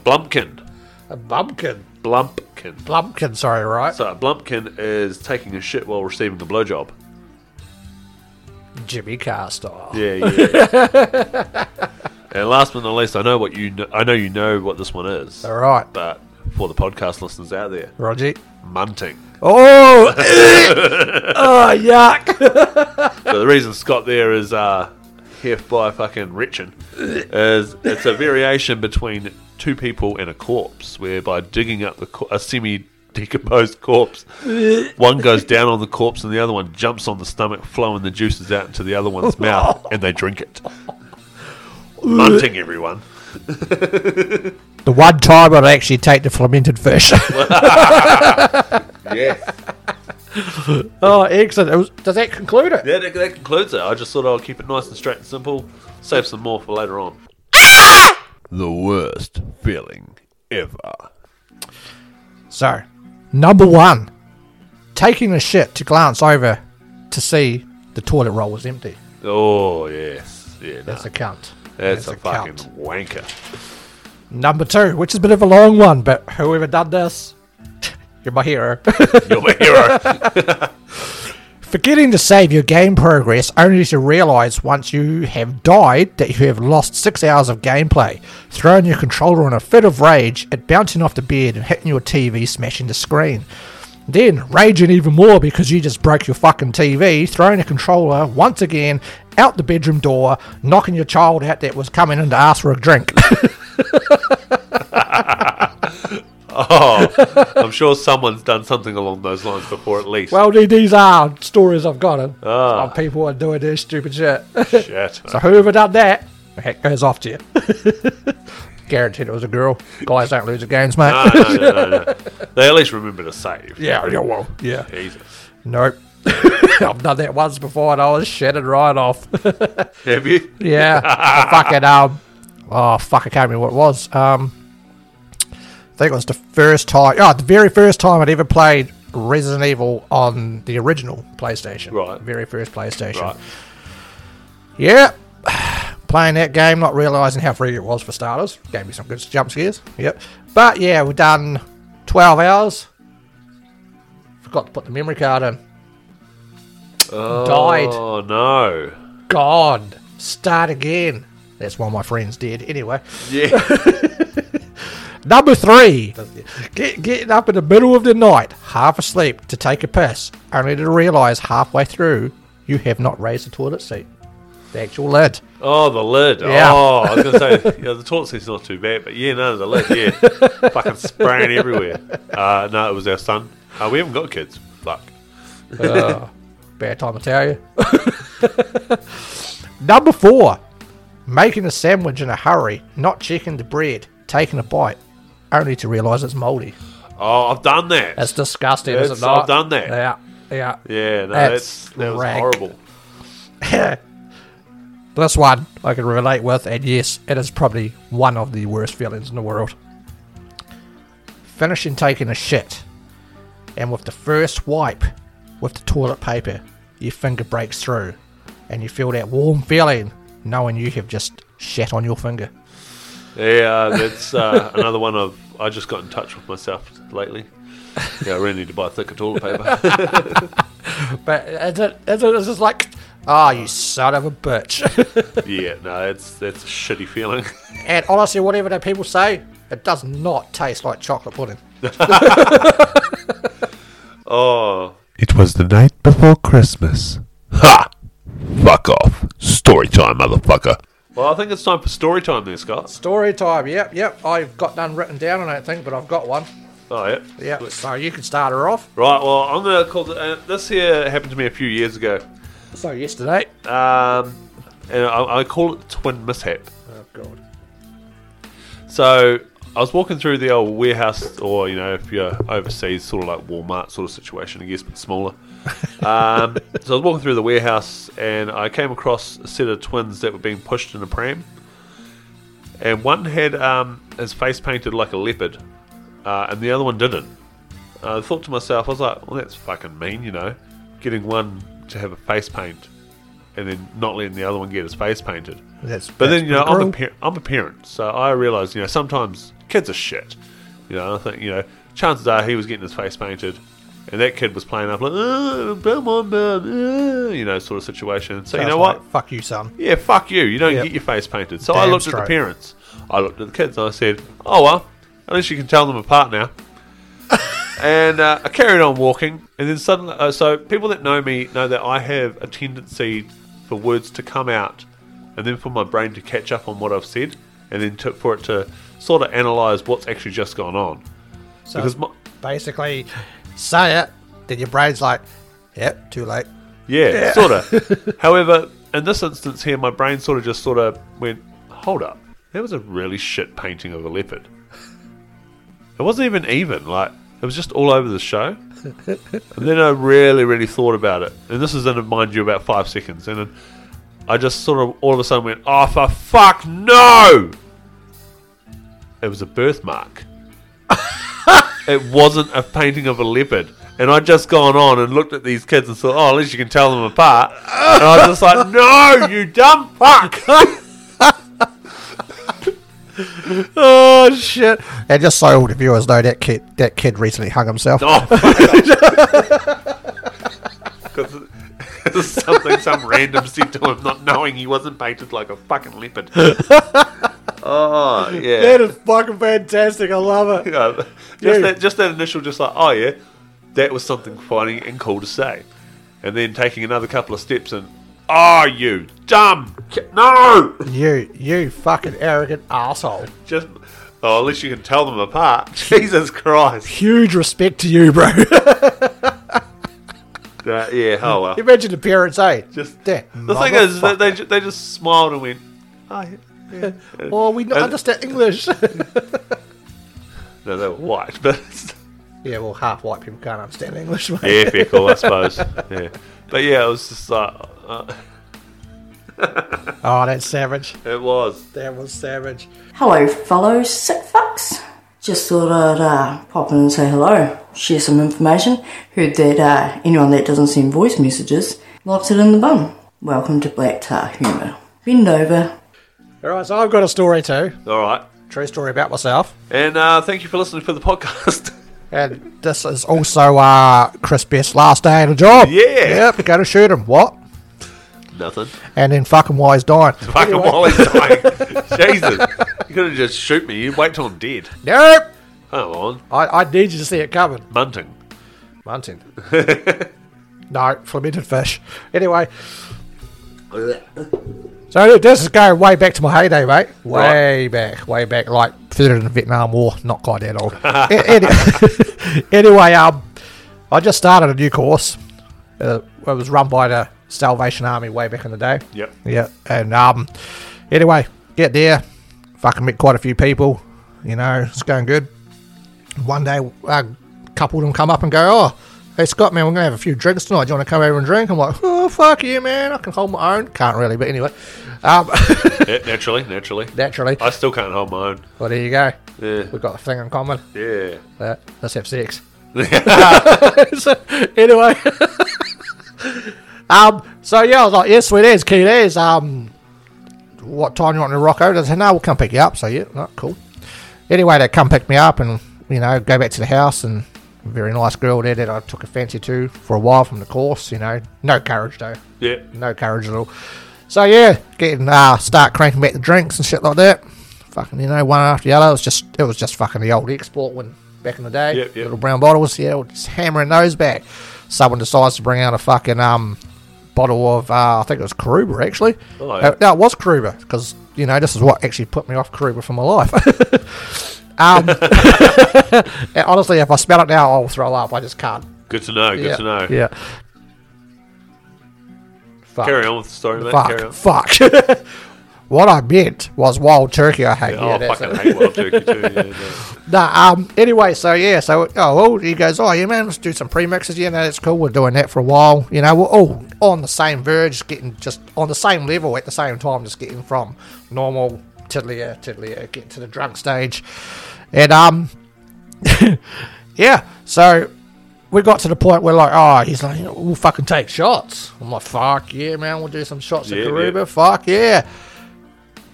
Speaker 1: blumpkin.
Speaker 2: A bumpkin.
Speaker 1: Blumpkin.
Speaker 2: Blumpkin, sorry, right?
Speaker 1: So a blumpkin is taking a shit while receiving a blowjob.
Speaker 2: Jimmy Carr style.
Speaker 1: Yeah, yeah. [LAUGHS] and last but not least, I know what you. Kn- I know you know what this one is,
Speaker 2: All right.
Speaker 1: but for the podcast listeners out there,
Speaker 2: Roger.
Speaker 1: munting.
Speaker 2: Oh! oh, yuck.
Speaker 1: So the reason Scott there is uh, heft by fucking retching is it's a variation between two people and a corpse, where by digging up the co- a semi decomposed corpse, one goes down on the corpse and the other one jumps on the stomach, flowing the juices out into the other one's mouth, and they drink it. Munting everyone.
Speaker 2: The one time I'd actually take the fermented fish. [LAUGHS]
Speaker 1: Yes.
Speaker 2: oh, excellent. It was, does that conclude it?
Speaker 1: Yeah, that, that concludes it. I just thought I'll keep it nice and straight and simple. Save some more for later on. The worst feeling ever.
Speaker 2: So, number one, taking a shit to glance over to see the toilet roll was empty.
Speaker 1: Oh yes, yeah, nah.
Speaker 2: That's a cunt.
Speaker 1: that's, a, fucking
Speaker 2: cunt.
Speaker 1: wanker.
Speaker 2: Number two, which is a bit of a long one, but whoever done this, [LAUGHS] you're my hero.
Speaker 1: You're my
Speaker 2: [LAUGHS]
Speaker 1: hero.
Speaker 2: Forgetting to save your game progress only to realize once you have died that you have lost six hours of gameplay, throwing your controller in a fit of rage at bouncing off the bed and hitting your TV, smashing the screen. Then raging even more because you just broke your fucking TV, throwing the controller once again out the bedroom door, knocking your child out that was coming in to ask for a drink. [LAUGHS]
Speaker 1: oh, I'm sure someone's done something along those lines before, at least.
Speaker 2: well, th- these are stories I've gotten of people who are doing this stupid shit.
Speaker 1: shit.
Speaker 2: So whoever done that, the hat goes off to you. [LAUGHS] Guaranteed it was a girl. Guys don't lose the games, mate.
Speaker 1: No, no, no, no, no. They at least remember to save.
Speaker 2: Yeah, yeah, well, yeah.
Speaker 1: [LAUGHS] Jesus.
Speaker 2: Nope. [LAUGHS] I've done that once before and I was shattered right off.
Speaker 1: Have you?
Speaker 2: yeah.
Speaker 1: [LAUGHS]
Speaker 2: I fucking, um, oh, fuck, I can't remember what it was. Um, I think it was the first time, oh, the very first time I'd ever played Resident Evil on the original PlayStation.
Speaker 1: Right.
Speaker 2: Very first PlayStation.
Speaker 1: Right.
Speaker 2: Yeah. [SIGHS] Playing that game, not realising how free it was for starters. Gave me some good jump scares. Yep. But yeah, we've done 12 hours. Forgot to put the memory card in. Died.
Speaker 1: Oh no.
Speaker 2: Gone. Start again. That's why my friends did. Anyway.
Speaker 1: Yeah.
Speaker 2: Number three, get, getting up in the middle of the night, half asleep, to take a piss, only to realise halfway through you have not raised the toilet seat. The actual lid.
Speaker 1: [LAUGHS] Oh, the lid.
Speaker 2: Yeah.
Speaker 1: Oh, I was going to say, [LAUGHS] yeah, the toilet seat's not too bad, but yeah, no, the lid,
Speaker 2: [LAUGHS]
Speaker 1: yeah. Fucking spraying everywhere. Uh, no, it was our son. Uh, we haven't got kids. Fuck.
Speaker 2: Uh, bad time to tell you. [LAUGHS] Number four, making a sandwich in a hurry, not checking the bread, taking a bite, only to realise it's mouldy.
Speaker 1: Oh, I've done that.
Speaker 2: That's disgusting, is
Speaker 1: It's-
Speaker 2: it not?
Speaker 1: I've done that.
Speaker 2: Yeah, yeah.
Speaker 1: yeah, no,
Speaker 2: that's
Speaker 1: that's, that was
Speaker 2: rank.
Speaker 1: horrible.
Speaker 2: [LAUGHS] This one I can relate with, and yes, it is probably one of the worst feelings in the world. Finishing taking a shit, and with the first wipe with the toilet paper, your finger breaks through, and you feel that warm feeling knowing you have just shat on your finger.
Speaker 1: Yeah, that's
Speaker 2: [LAUGHS]
Speaker 1: uh, another one of. I just
Speaker 2: [LAUGHS]
Speaker 1: got in touch with myself lately. Yeah, I really need to buy thicker toilet paper.
Speaker 2: But it's, it, it's just like, ah, you son of a bitch. [LAUGHS]
Speaker 1: yeah, no, it's that's a shitty feeling. [LAUGHS]
Speaker 2: and honestly, whatever the people say, it does not taste like chocolate pudding.
Speaker 1: Oh,
Speaker 3: It was the night before Christmas. Ha! Fuck off. Story time, motherfucker.
Speaker 1: well, I think it's time for story time, there, Scott.
Speaker 2: Story time. Yep, yep. I've got none written down, I don't think, but I've got one.
Speaker 1: Oh yeah,
Speaker 2: Yeah. So you can start her off.
Speaker 1: Right. Well, I'm gonna call the, uh, this here happened to me a few years ago,
Speaker 2: So yesterday.
Speaker 1: um, and I, I call it twin mishap.
Speaker 2: Oh god.
Speaker 1: So I was walking through the old warehouse, or you know, if you're overseas, sort of like Walmart sort of situation, I guess, but smaller. Um, so I was walking through the warehouse, and I came across a set of twins that were being pushed in a pram, and one had um, his face painted like a leopard, uh, and the other one didn't. Uh, I thought to myself, I was like, well, that's fucking mean, you know, getting one to have a face paint, and then not letting the other one get his face painted.
Speaker 2: That's
Speaker 1: But
Speaker 2: that's
Speaker 1: then you know,
Speaker 2: pretty
Speaker 1: I'm a,
Speaker 2: cruel.
Speaker 1: par- I'm a parent, so I realise you know sometimes kids are shit. You know, I think you know chances are he was getting his face painted, and that kid was playing up like, oh, come on, man, uh," you know, sort of situation. So, you
Speaker 2: Sounds
Speaker 1: know
Speaker 2: like,
Speaker 1: what?
Speaker 2: Fuck you, son.
Speaker 1: Yeah, fuck you. You don't
Speaker 2: Yep.
Speaker 1: get your face painted. So I
Speaker 2: Damn
Speaker 1: looked at
Speaker 2: straight.
Speaker 1: the parents. I looked at the kids and I said, oh, well, at least you can tell them apart
Speaker 2: [LAUGHS]
Speaker 1: now. and uh, I carried on walking. And then suddenly, uh, so people that know me know that I have a tendency for words to come out and then for my brain to catch up on what I've said and then to, for it to sort of analyze what's actually just gone on.
Speaker 2: So
Speaker 1: Because my-
Speaker 2: basically, say it, then your brain's like, yep, too late.
Speaker 1: Yeah, sort of. However, in this instance here, my brain sort of just sort of went, hold up, that was a really shit painting of a leopard. It wasn't even even, like, it was just all over the show. and then I really, really thought about it. And this is in, mind you, about five seconds. And then I just sort of all of a sudden went, oh, for fuck, no! It was a birthmark. It wasn't a painting of a leopard. And I'd just gone on and looked at these kids and thought, oh, at least you can tell them apart. And I was just like, no, you dumb fuck. [LAUGHS]
Speaker 2: Oh shit! And just so all the viewers know, that kid, that kid recently hung himself.
Speaker 1: [LAUGHS] oh, fuck. Because it's something some random said to him, not knowing he wasn't painted like a fucking leopard. [LAUGHS] oh, yeah.
Speaker 2: is fucking fantastic. I love it.
Speaker 1: [LAUGHS] Yeah,
Speaker 2: Dude.
Speaker 1: just, that, just that initial, just like, oh, yeah, that was something funny and cool to say. And then taking another couple of steps and, oh, you dumb. ki- No!
Speaker 2: [LAUGHS] You, you fucking arrogant asshole.
Speaker 1: Just oh, at least you can tell them [LAUGHS] apart. Jesus Christ!
Speaker 2: Huge respect to you, bro. [LAUGHS]
Speaker 1: Uh, yeah, oh well.
Speaker 2: Imagine the parents, eh?
Speaker 1: Just
Speaker 2: that.
Speaker 1: the thing is, that they ju- they just smiled and went, "Oh, yeah."
Speaker 2: oh, we not
Speaker 1: and-
Speaker 2: understand English.
Speaker 1: no, they were white, [LAUGHS] but it's-
Speaker 2: [LAUGHS] yeah, well, half white people can't understand English. Mate.
Speaker 1: yeah, fair call, I suppose. Yeah, but yeah, it was just like uh,
Speaker 2: Oh, that's savage.
Speaker 1: it was.
Speaker 2: That was savage.
Speaker 4: Hello, fellow sick fucks. Just thought I'd uh, pop in and say hello, share some information. Heard that uh, anyone that doesn't send voice messages locks it in the bum. Welcome to Black Tar Humour. Bend over.
Speaker 2: All right, so I've got a story too.
Speaker 1: All right,
Speaker 2: True story about myself.
Speaker 1: and uh, thank you for listening for the podcast. [LAUGHS]
Speaker 2: And this is also uh, Chris Best's last day on the job.
Speaker 1: Yeah.
Speaker 2: Yep, go to shoot him. What?
Speaker 1: Nothing.
Speaker 2: And then fucking why he's dying.
Speaker 1: Fucking while he's dying. Jesus, you could have just shoot me. You wait till I'm dead.
Speaker 2: Nope.
Speaker 1: Come on,
Speaker 2: I, I need you to see it coming.
Speaker 1: munting.
Speaker 2: Munting. no, fermented fish. Anyway. So look, this is going way back to my heyday, mate. Way back, way back, like further than the Vietnam War. Not quite that old. A- any- [LAUGHS] anyway, um, I just started a new course. Uh, it was run by the Salvation Army way back in the day.
Speaker 1: Yep.
Speaker 2: Yeah, and um, anyway, get there. Fucking met quite a few people. You know, it's going good. One day, a couple of them come up and go, "Oh, hey Scott, man, we're gonna have a few drinks tonight. Do you want to come over and drink?" I'm like, "Oh, fuck you, man. I can hold my own. Can't really, but anyway, um, [LAUGHS]
Speaker 1: Yeah, naturally, naturally.
Speaker 2: naturally.
Speaker 1: I still can't hold my own.
Speaker 2: Well, there you go.
Speaker 1: Yeah,
Speaker 2: We've got a thing in common.
Speaker 1: yeah.
Speaker 2: Uh, let's have sex. [LAUGHS] so, anyway, um, so yeah, I was like, yes, sweet as, key as. Um, what time you want to rock over? They said, no, we'll come pick you up. So yeah, right, cool. Anyway, they come pick me up and you know go back to the house and Very nice girl there that I took a fancy to for a while from the course, you know. No courage though.
Speaker 1: Yeah.
Speaker 2: No courage at all. So yeah, getting uh start cranking back the drinks and shit like that. Fucking you know, one after the other. It was just it was just fucking the old export when back in the day.
Speaker 1: Yep, yep.
Speaker 2: Little brown bottles, yeah, we're just hammering those back. Someone decides to bring out a fucking um bottle of uh, I think it was Karuba actually.
Speaker 1: Oh, yeah.
Speaker 2: Uh, no, it was Karuba because you know this is what actually put me off Karuba for my life. [LAUGHS] um, [LAUGHS] and honestly, if I smell it now, I'll throw up. I just can't.
Speaker 1: Good to know. Good
Speaker 2: yeah,
Speaker 1: to know.
Speaker 2: Yeah. Fuck.
Speaker 1: Carry on with the story, mate. Carry on.
Speaker 2: Fuck. Fuck. [LAUGHS] what I meant was wild turkey. I hate.
Speaker 1: Oh,
Speaker 2: Yeah,
Speaker 1: I
Speaker 2: that's
Speaker 1: fucking
Speaker 2: it.
Speaker 1: hate wild turkey too. Yeah, no.
Speaker 2: Nah, um, anyway, so yeah, so, oh, well, he goes, oh, yeah, man, let's do some premixes. Yeah, no, that's cool. We're doing that for a while. You know, we're all on the same verge, getting just on the same level at the same time, just getting from normal tiddlier, tiddlier, get to the drunk stage. And, um, [LAUGHS] yeah, so we got to the point where, like, oh, he's like, you know, we'll fucking take shots. I'm like, fuck yeah, man, we'll do some shots
Speaker 1: Yeah,
Speaker 2: at
Speaker 1: yeah.
Speaker 2: Karuba. Fuck yeah.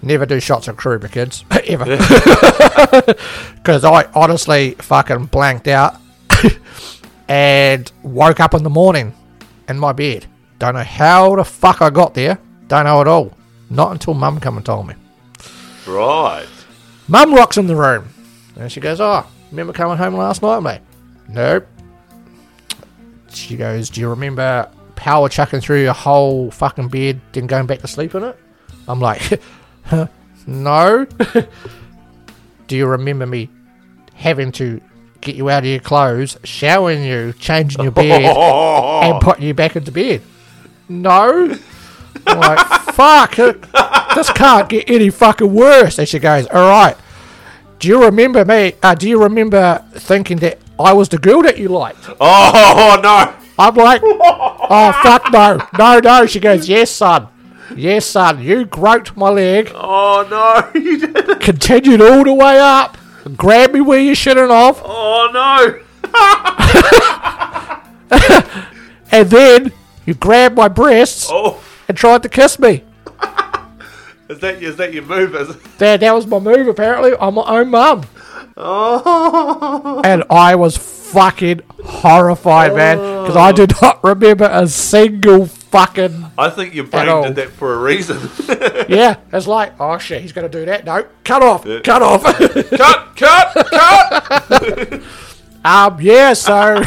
Speaker 2: Never do shots at Karuba, kids. [LAUGHS] Ever. [LAUGHS] Because I honestly fucking blanked out [LAUGHS] and woke up in the morning in my bed. Don't know how the fuck I got there. Don't know at all. Not until mum come and told me.
Speaker 1: Right.
Speaker 2: Mum rocks in the room. And she goes, Oh, remember coming home last night, mate? Nope. She goes, Do you remember power chucking through your whole fucking bed, then going back to sleep in it? I'm like, [LAUGHS] "Huh, No. [LAUGHS] Do you remember me having to get you out of your clothes, showering you, changing your bed, and putting you back into bed. No. I'm like, fuck, it- this can't get any fucking worse. And she goes, all right, do you remember me? Uh, do you remember thinking that I was the girl that you liked?
Speaker 1: Oh no.
Speaker 2: I'm like, oh, fuck no. No, no. She goes, yes, son. Yes, son. You groped my leg
Speaker 1: Oh no. [LAUGHS] You did it.
Speaker 2: continued all the way up, grabbed me where you shouldn't have,
Speaker 1: Oh no.
Speaker 2: and then you grabbed my breasts
Speaker 1: Oh,
Speaker 2: and tried to kiss me.
Speaker 1: is that is that your move? Is it?
Speaker 2: That that was my move. Apparently, I'm my own mum, and I was fucking horrified, man, because I do not remember a single fucking.
Speaker 1: I think your
Speaker 2: all.
Speaker 1: brain did that for a
Speaker 2: [LAUGHS]
Speaker 1: reason.
Speaker 2: Yeah, it's like, oh shit, he's gonna do that. No, cut off, cut off. [LAUGHS]
Speaker 1: cut! Cut! Cut!
Speaker 2: Um,
Speaker 1: [LAUGHS]
Speaker 2: yeah, [LAUGHS] so.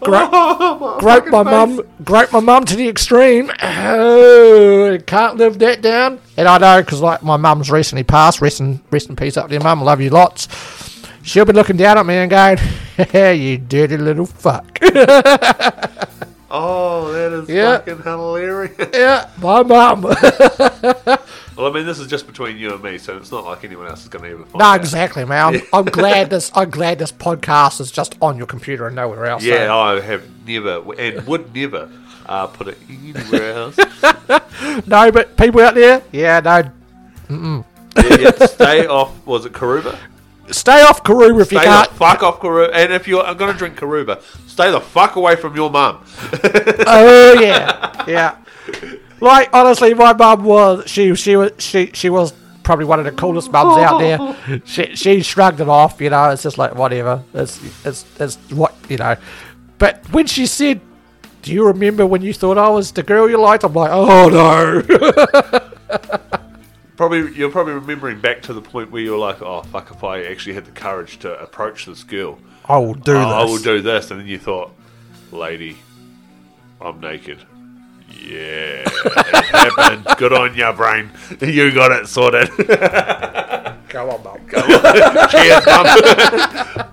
Speaker 2: Gro- grope my mum, grope my mum to the extreme. [LAUGHS] Oh, can't live that down. And I know because like my mum's recently passed. Rest in, rest in peace up there, mum. Love you lots. She'll be looking down at me and going, "You dirty little fuck." [LAUGHS]
Speaker 1: Oh, that is
Speaker 2: Yeah.
Speaker 1: fucking hilarious.
Speaker 2: yeah, my mum. [LAUGHS]
Speaker 1: Well, I mean, this is just between you and me, so it's not like anyone else is going to ever find
Speaker 2: no,
Speaker 1: out.
Speaker 2: exactly, man. I'm, I'm glad this. I'm glad this podcast is just on your computer and nowhere else. so-
Speaker 1: Yeah, I have never and would never uh, put it anywhere else.
Speaker 2: No, but people out there, yeah, no,
Speaker 1: yeah, yeah, stay off. Was it Karuba?
Speaker 2: stay off Karuba if you
Speaker 1: Stay the
Speaker 2: can't.
Speaker 1: fuck off Karuba. And if you're going to drink Karuba, stay the fuck away from your mum. [LAUGHS]
Speaker 2: Oh yeah, [LAUGHS] yeah. Like honestly, my mum was she she was she she was probably one of the coolest mums out
Speaker 1: [LAUGHS]
Speaker 2: there. She she shrugged it off, you know. It's just like whatever. It's it's it's what you know. But when she said, "Do you remember when you thought I was the girl you liked?" I'm like, "Oh no." [LAUGHS]
Speaker 1: Probably you're probably remembering back to the point where you're like, oh fuck, if I actually had the courage to approach this girl,
Speaker 2: I will do
Speaker 1: oh, I
Speaker 2: this.
Speaker 1: will do this, and then you thought, lady, I'm naked. Yeah, it happened. Good on your brain. You got it sorted. [LAUGHS]
Speaker 2: Go on, mum.
Speaker 1: Cheers, mum.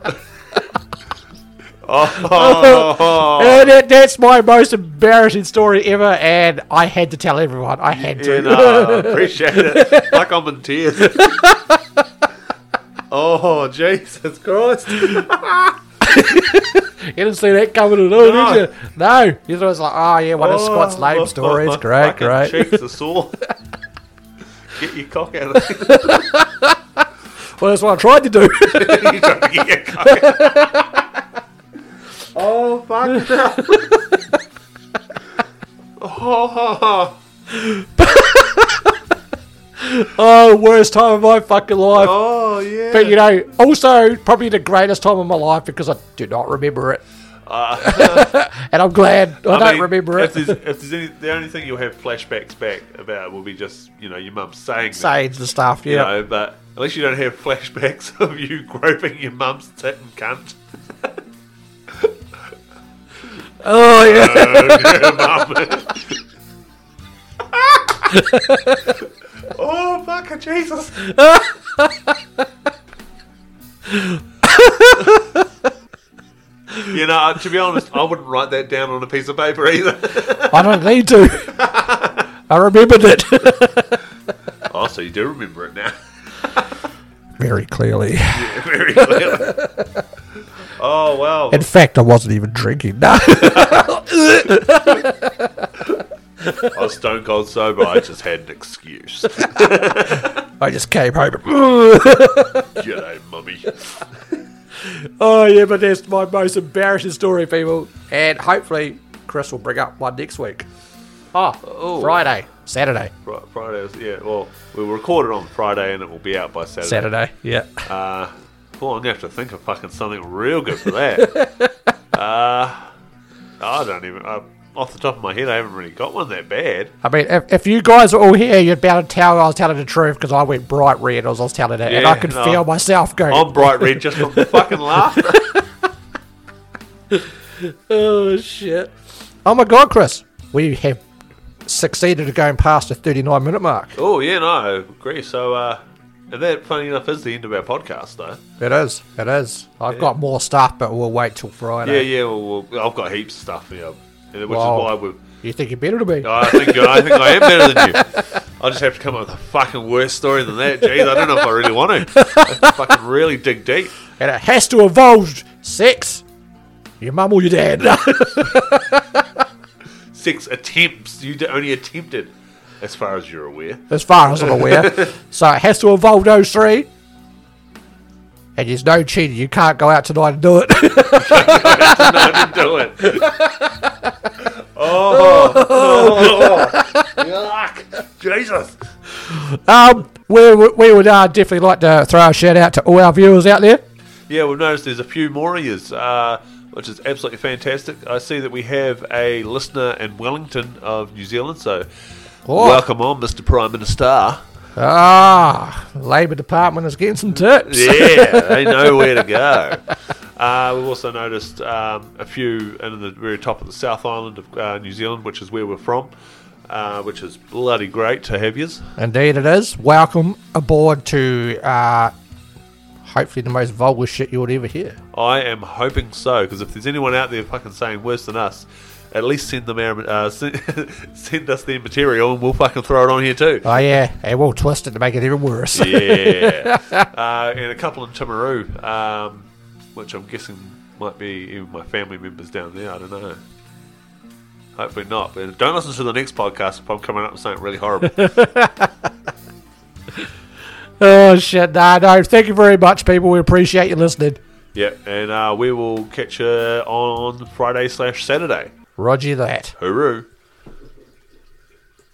Speaker 1: oh,
Speaker 2: And that, that's my most embarrassing story ever, and I had to tell everyone. I had to.
Speaker 1: Yeah, no, I [LAUGHS] appreciate it. Like I'm in tears. [LAUGHS] oh, Jesus Christ.
Speaker 2: You didn't see that coming at all,
Speaker 1: No.
Speaker 2: did you? No. You thought it was like, oh yeah, one of Scott's lame
Speaker 1: Oh,
Speaker 2: stories.
Speaker 1: [LAUGHS] my
Speaker 2: great,
Speaker 1: fucking
Speaker 2: great.
Speaker 1: Cheeks are
Speaker 2: [LAUGHS]
Speaker 1: sore. Get your cock out of there.
Speaker 2: Well, that's what I tried to do. [LAUGHS]
Speaker 1: You trying to get your cock out. [LAUGHS] Oh, fuck hell. [LAUGHS] Oh,
Speaker 2: oh, worst time of my fucking life.
Speaker 1: oh, Oh yeah.
Speaker 2: But you know, also probably the greatest time of my life because I do not remember it, [LAUGHS] and I'm glad I, don't
Speaker 1: Uh. mean,
Speaker 2: remember
Speaker 1: If
Speaker 2: it. [LAUGHS]
Speaker 1: there's, if there's any, the only thing you'll have flashbacks back about will be just you know your mum saying that,
Speaker 5: Saying the stuff,
Speaker 1: you
Speaker 5: yeah.
Speaker 1: know, but at least you don't have flashbacks [LAUGHS] of you groping your mum's tit and cunt.
Speaker 2: Oh yeah,
Speaker 1: [LAUGHS] Oh fucking Jesus! you know, to be honest, I wouldn't write that down on a piece of paper either.
Speaker 2: [LAUGHS] I don't
Speaker 1: [LAUGHS]
Speaker 2: need to. I remembered it [LAUGHS]
Speaker 1: oh, so you do remember it now. [LAUGHS]
Speaker 5: Very clearly.
Speaker 1: Very clearly. Oh wow!
Speaker 5: In fact, I wasn't even
Speaker 2: [LAUGHS]
Speaker 5: drinking. No.
Speaker 1: I was stone cold sober. I just had an excuse.
Speaker 5: I just came home.
Speaker 2: [LAUGHS]
Speaker 1: G'day, mummy.
Speaker 2: Oh yeah, but that's my most embarrassing story, people. And hopefully Chris will bring up one next week. Oh, Friday, Saturday,
Speaker 1: Fri- Friday, was- yeah. Well, we recorded on Friday and it will be out by Saturday.
Speaker 2: Saturday. Yeah.
Speaker 1: Uh, well, I'm gonna have to think of fucking something real good for that. uh, I don't even. I, off the top of my head, I haven't really got one that bad.
Speaker 2: I mean, if, if you guys were all here, you'd be able to tell I was telling the truth because I went bright red as I was telling it, and
Speaker 1: Yeah,
Speaker 2: I could
Speaker 1: no.
Speaker 2: feel myself going.
Speaker 1: I'm bright red just from the fucking laughter.
Speaker 2: Oh shit! Oh my god, Chris, we have succeeded at going past the thirty-nine minute mark.
Speaker 1: oh yeah, no, I agree. So, uh, and that, funny enough, is the end of our podcast, though.
Speaker 2: It is. It is. I've got more stuff, but we'll wait till
Speaker 1: Yeah,
Speaker 2: Friday.
Speaker 1: yeah. Well, well, I've got heaps of stuff, yeah, which
Speaker 2: Wow.
Speaker 1: is why we've.
Speaker 2: You think you're better to be?
Speaker 1: I think I think I am better than you. I just have to come up with a fucking worse story than that. Jeez, I don't know if I really want to. I have to fucking really dig deep.
Speaker 2: And it has to involve sex. Your mum or your dad? [LAUGHS]
Speaker 1: Six attempts. You d- only attempted, as far as you're aware. [LAUGHS]
Speaker 2: as far as I'm aware. so it has to involve those three. And there's no cheating. You can't go out tonight and do it. [LAUGHS]
Speaker 1: No, I didn't do it. Oh, oh, yuck. Jesus.
Speaker 2: um, we, would- we would uh, definitely like to throw a shout out to all our viewers out there.
Speaker 1: Yeah, we've noticed there's a few more of yous, uh, which is absolutely fantastic. I see that we have a listener in Wellington of New Zealand, so
Speaker 2: Oh.
Speaker 1: welcome on, Mr. Prime Minister.
Speaker 2: Ah, Labour Department is getting some
Speaker 1: [LAUGHS]
Speaker 2: tips.
Speaker 1: Yeah, they know where to go. Uh, we've also noticed um, a few in the very top of the South Island of uh, New Zealand, which is where we're from, uh, which is bloody great to have yous.
Speaker 2: Indeed, it is. Welcome aboard to uh, hopefully the most vulgar shit you would ever hear.
Speaker 1: I am hoping so, because if there's anyone out there fucking saying worse than us, at least send them our, uh, [LAUGHS] send, send us their material and we'll fucking throw it on here too.
Speaker 2: Oh, yeah, and we'll twist it to make it even worse.
Speaker 1: Yeah. [LAUGHS] uh, and a couple in Timaru, um, which I'm guessing might be even my family members down there. I don't know. Hopefully not. But don't listen to the next podcast if I'm coming up with something really horrible.
Speaker 2: Oh, shit. No, no. Thank you very much, people. We appreciate you listening.
Speaker 1: yeah. And uh, we will catch you on Friday slash Saturday.
Speaker 2: Roger that.
Speaker 1: Hooroo.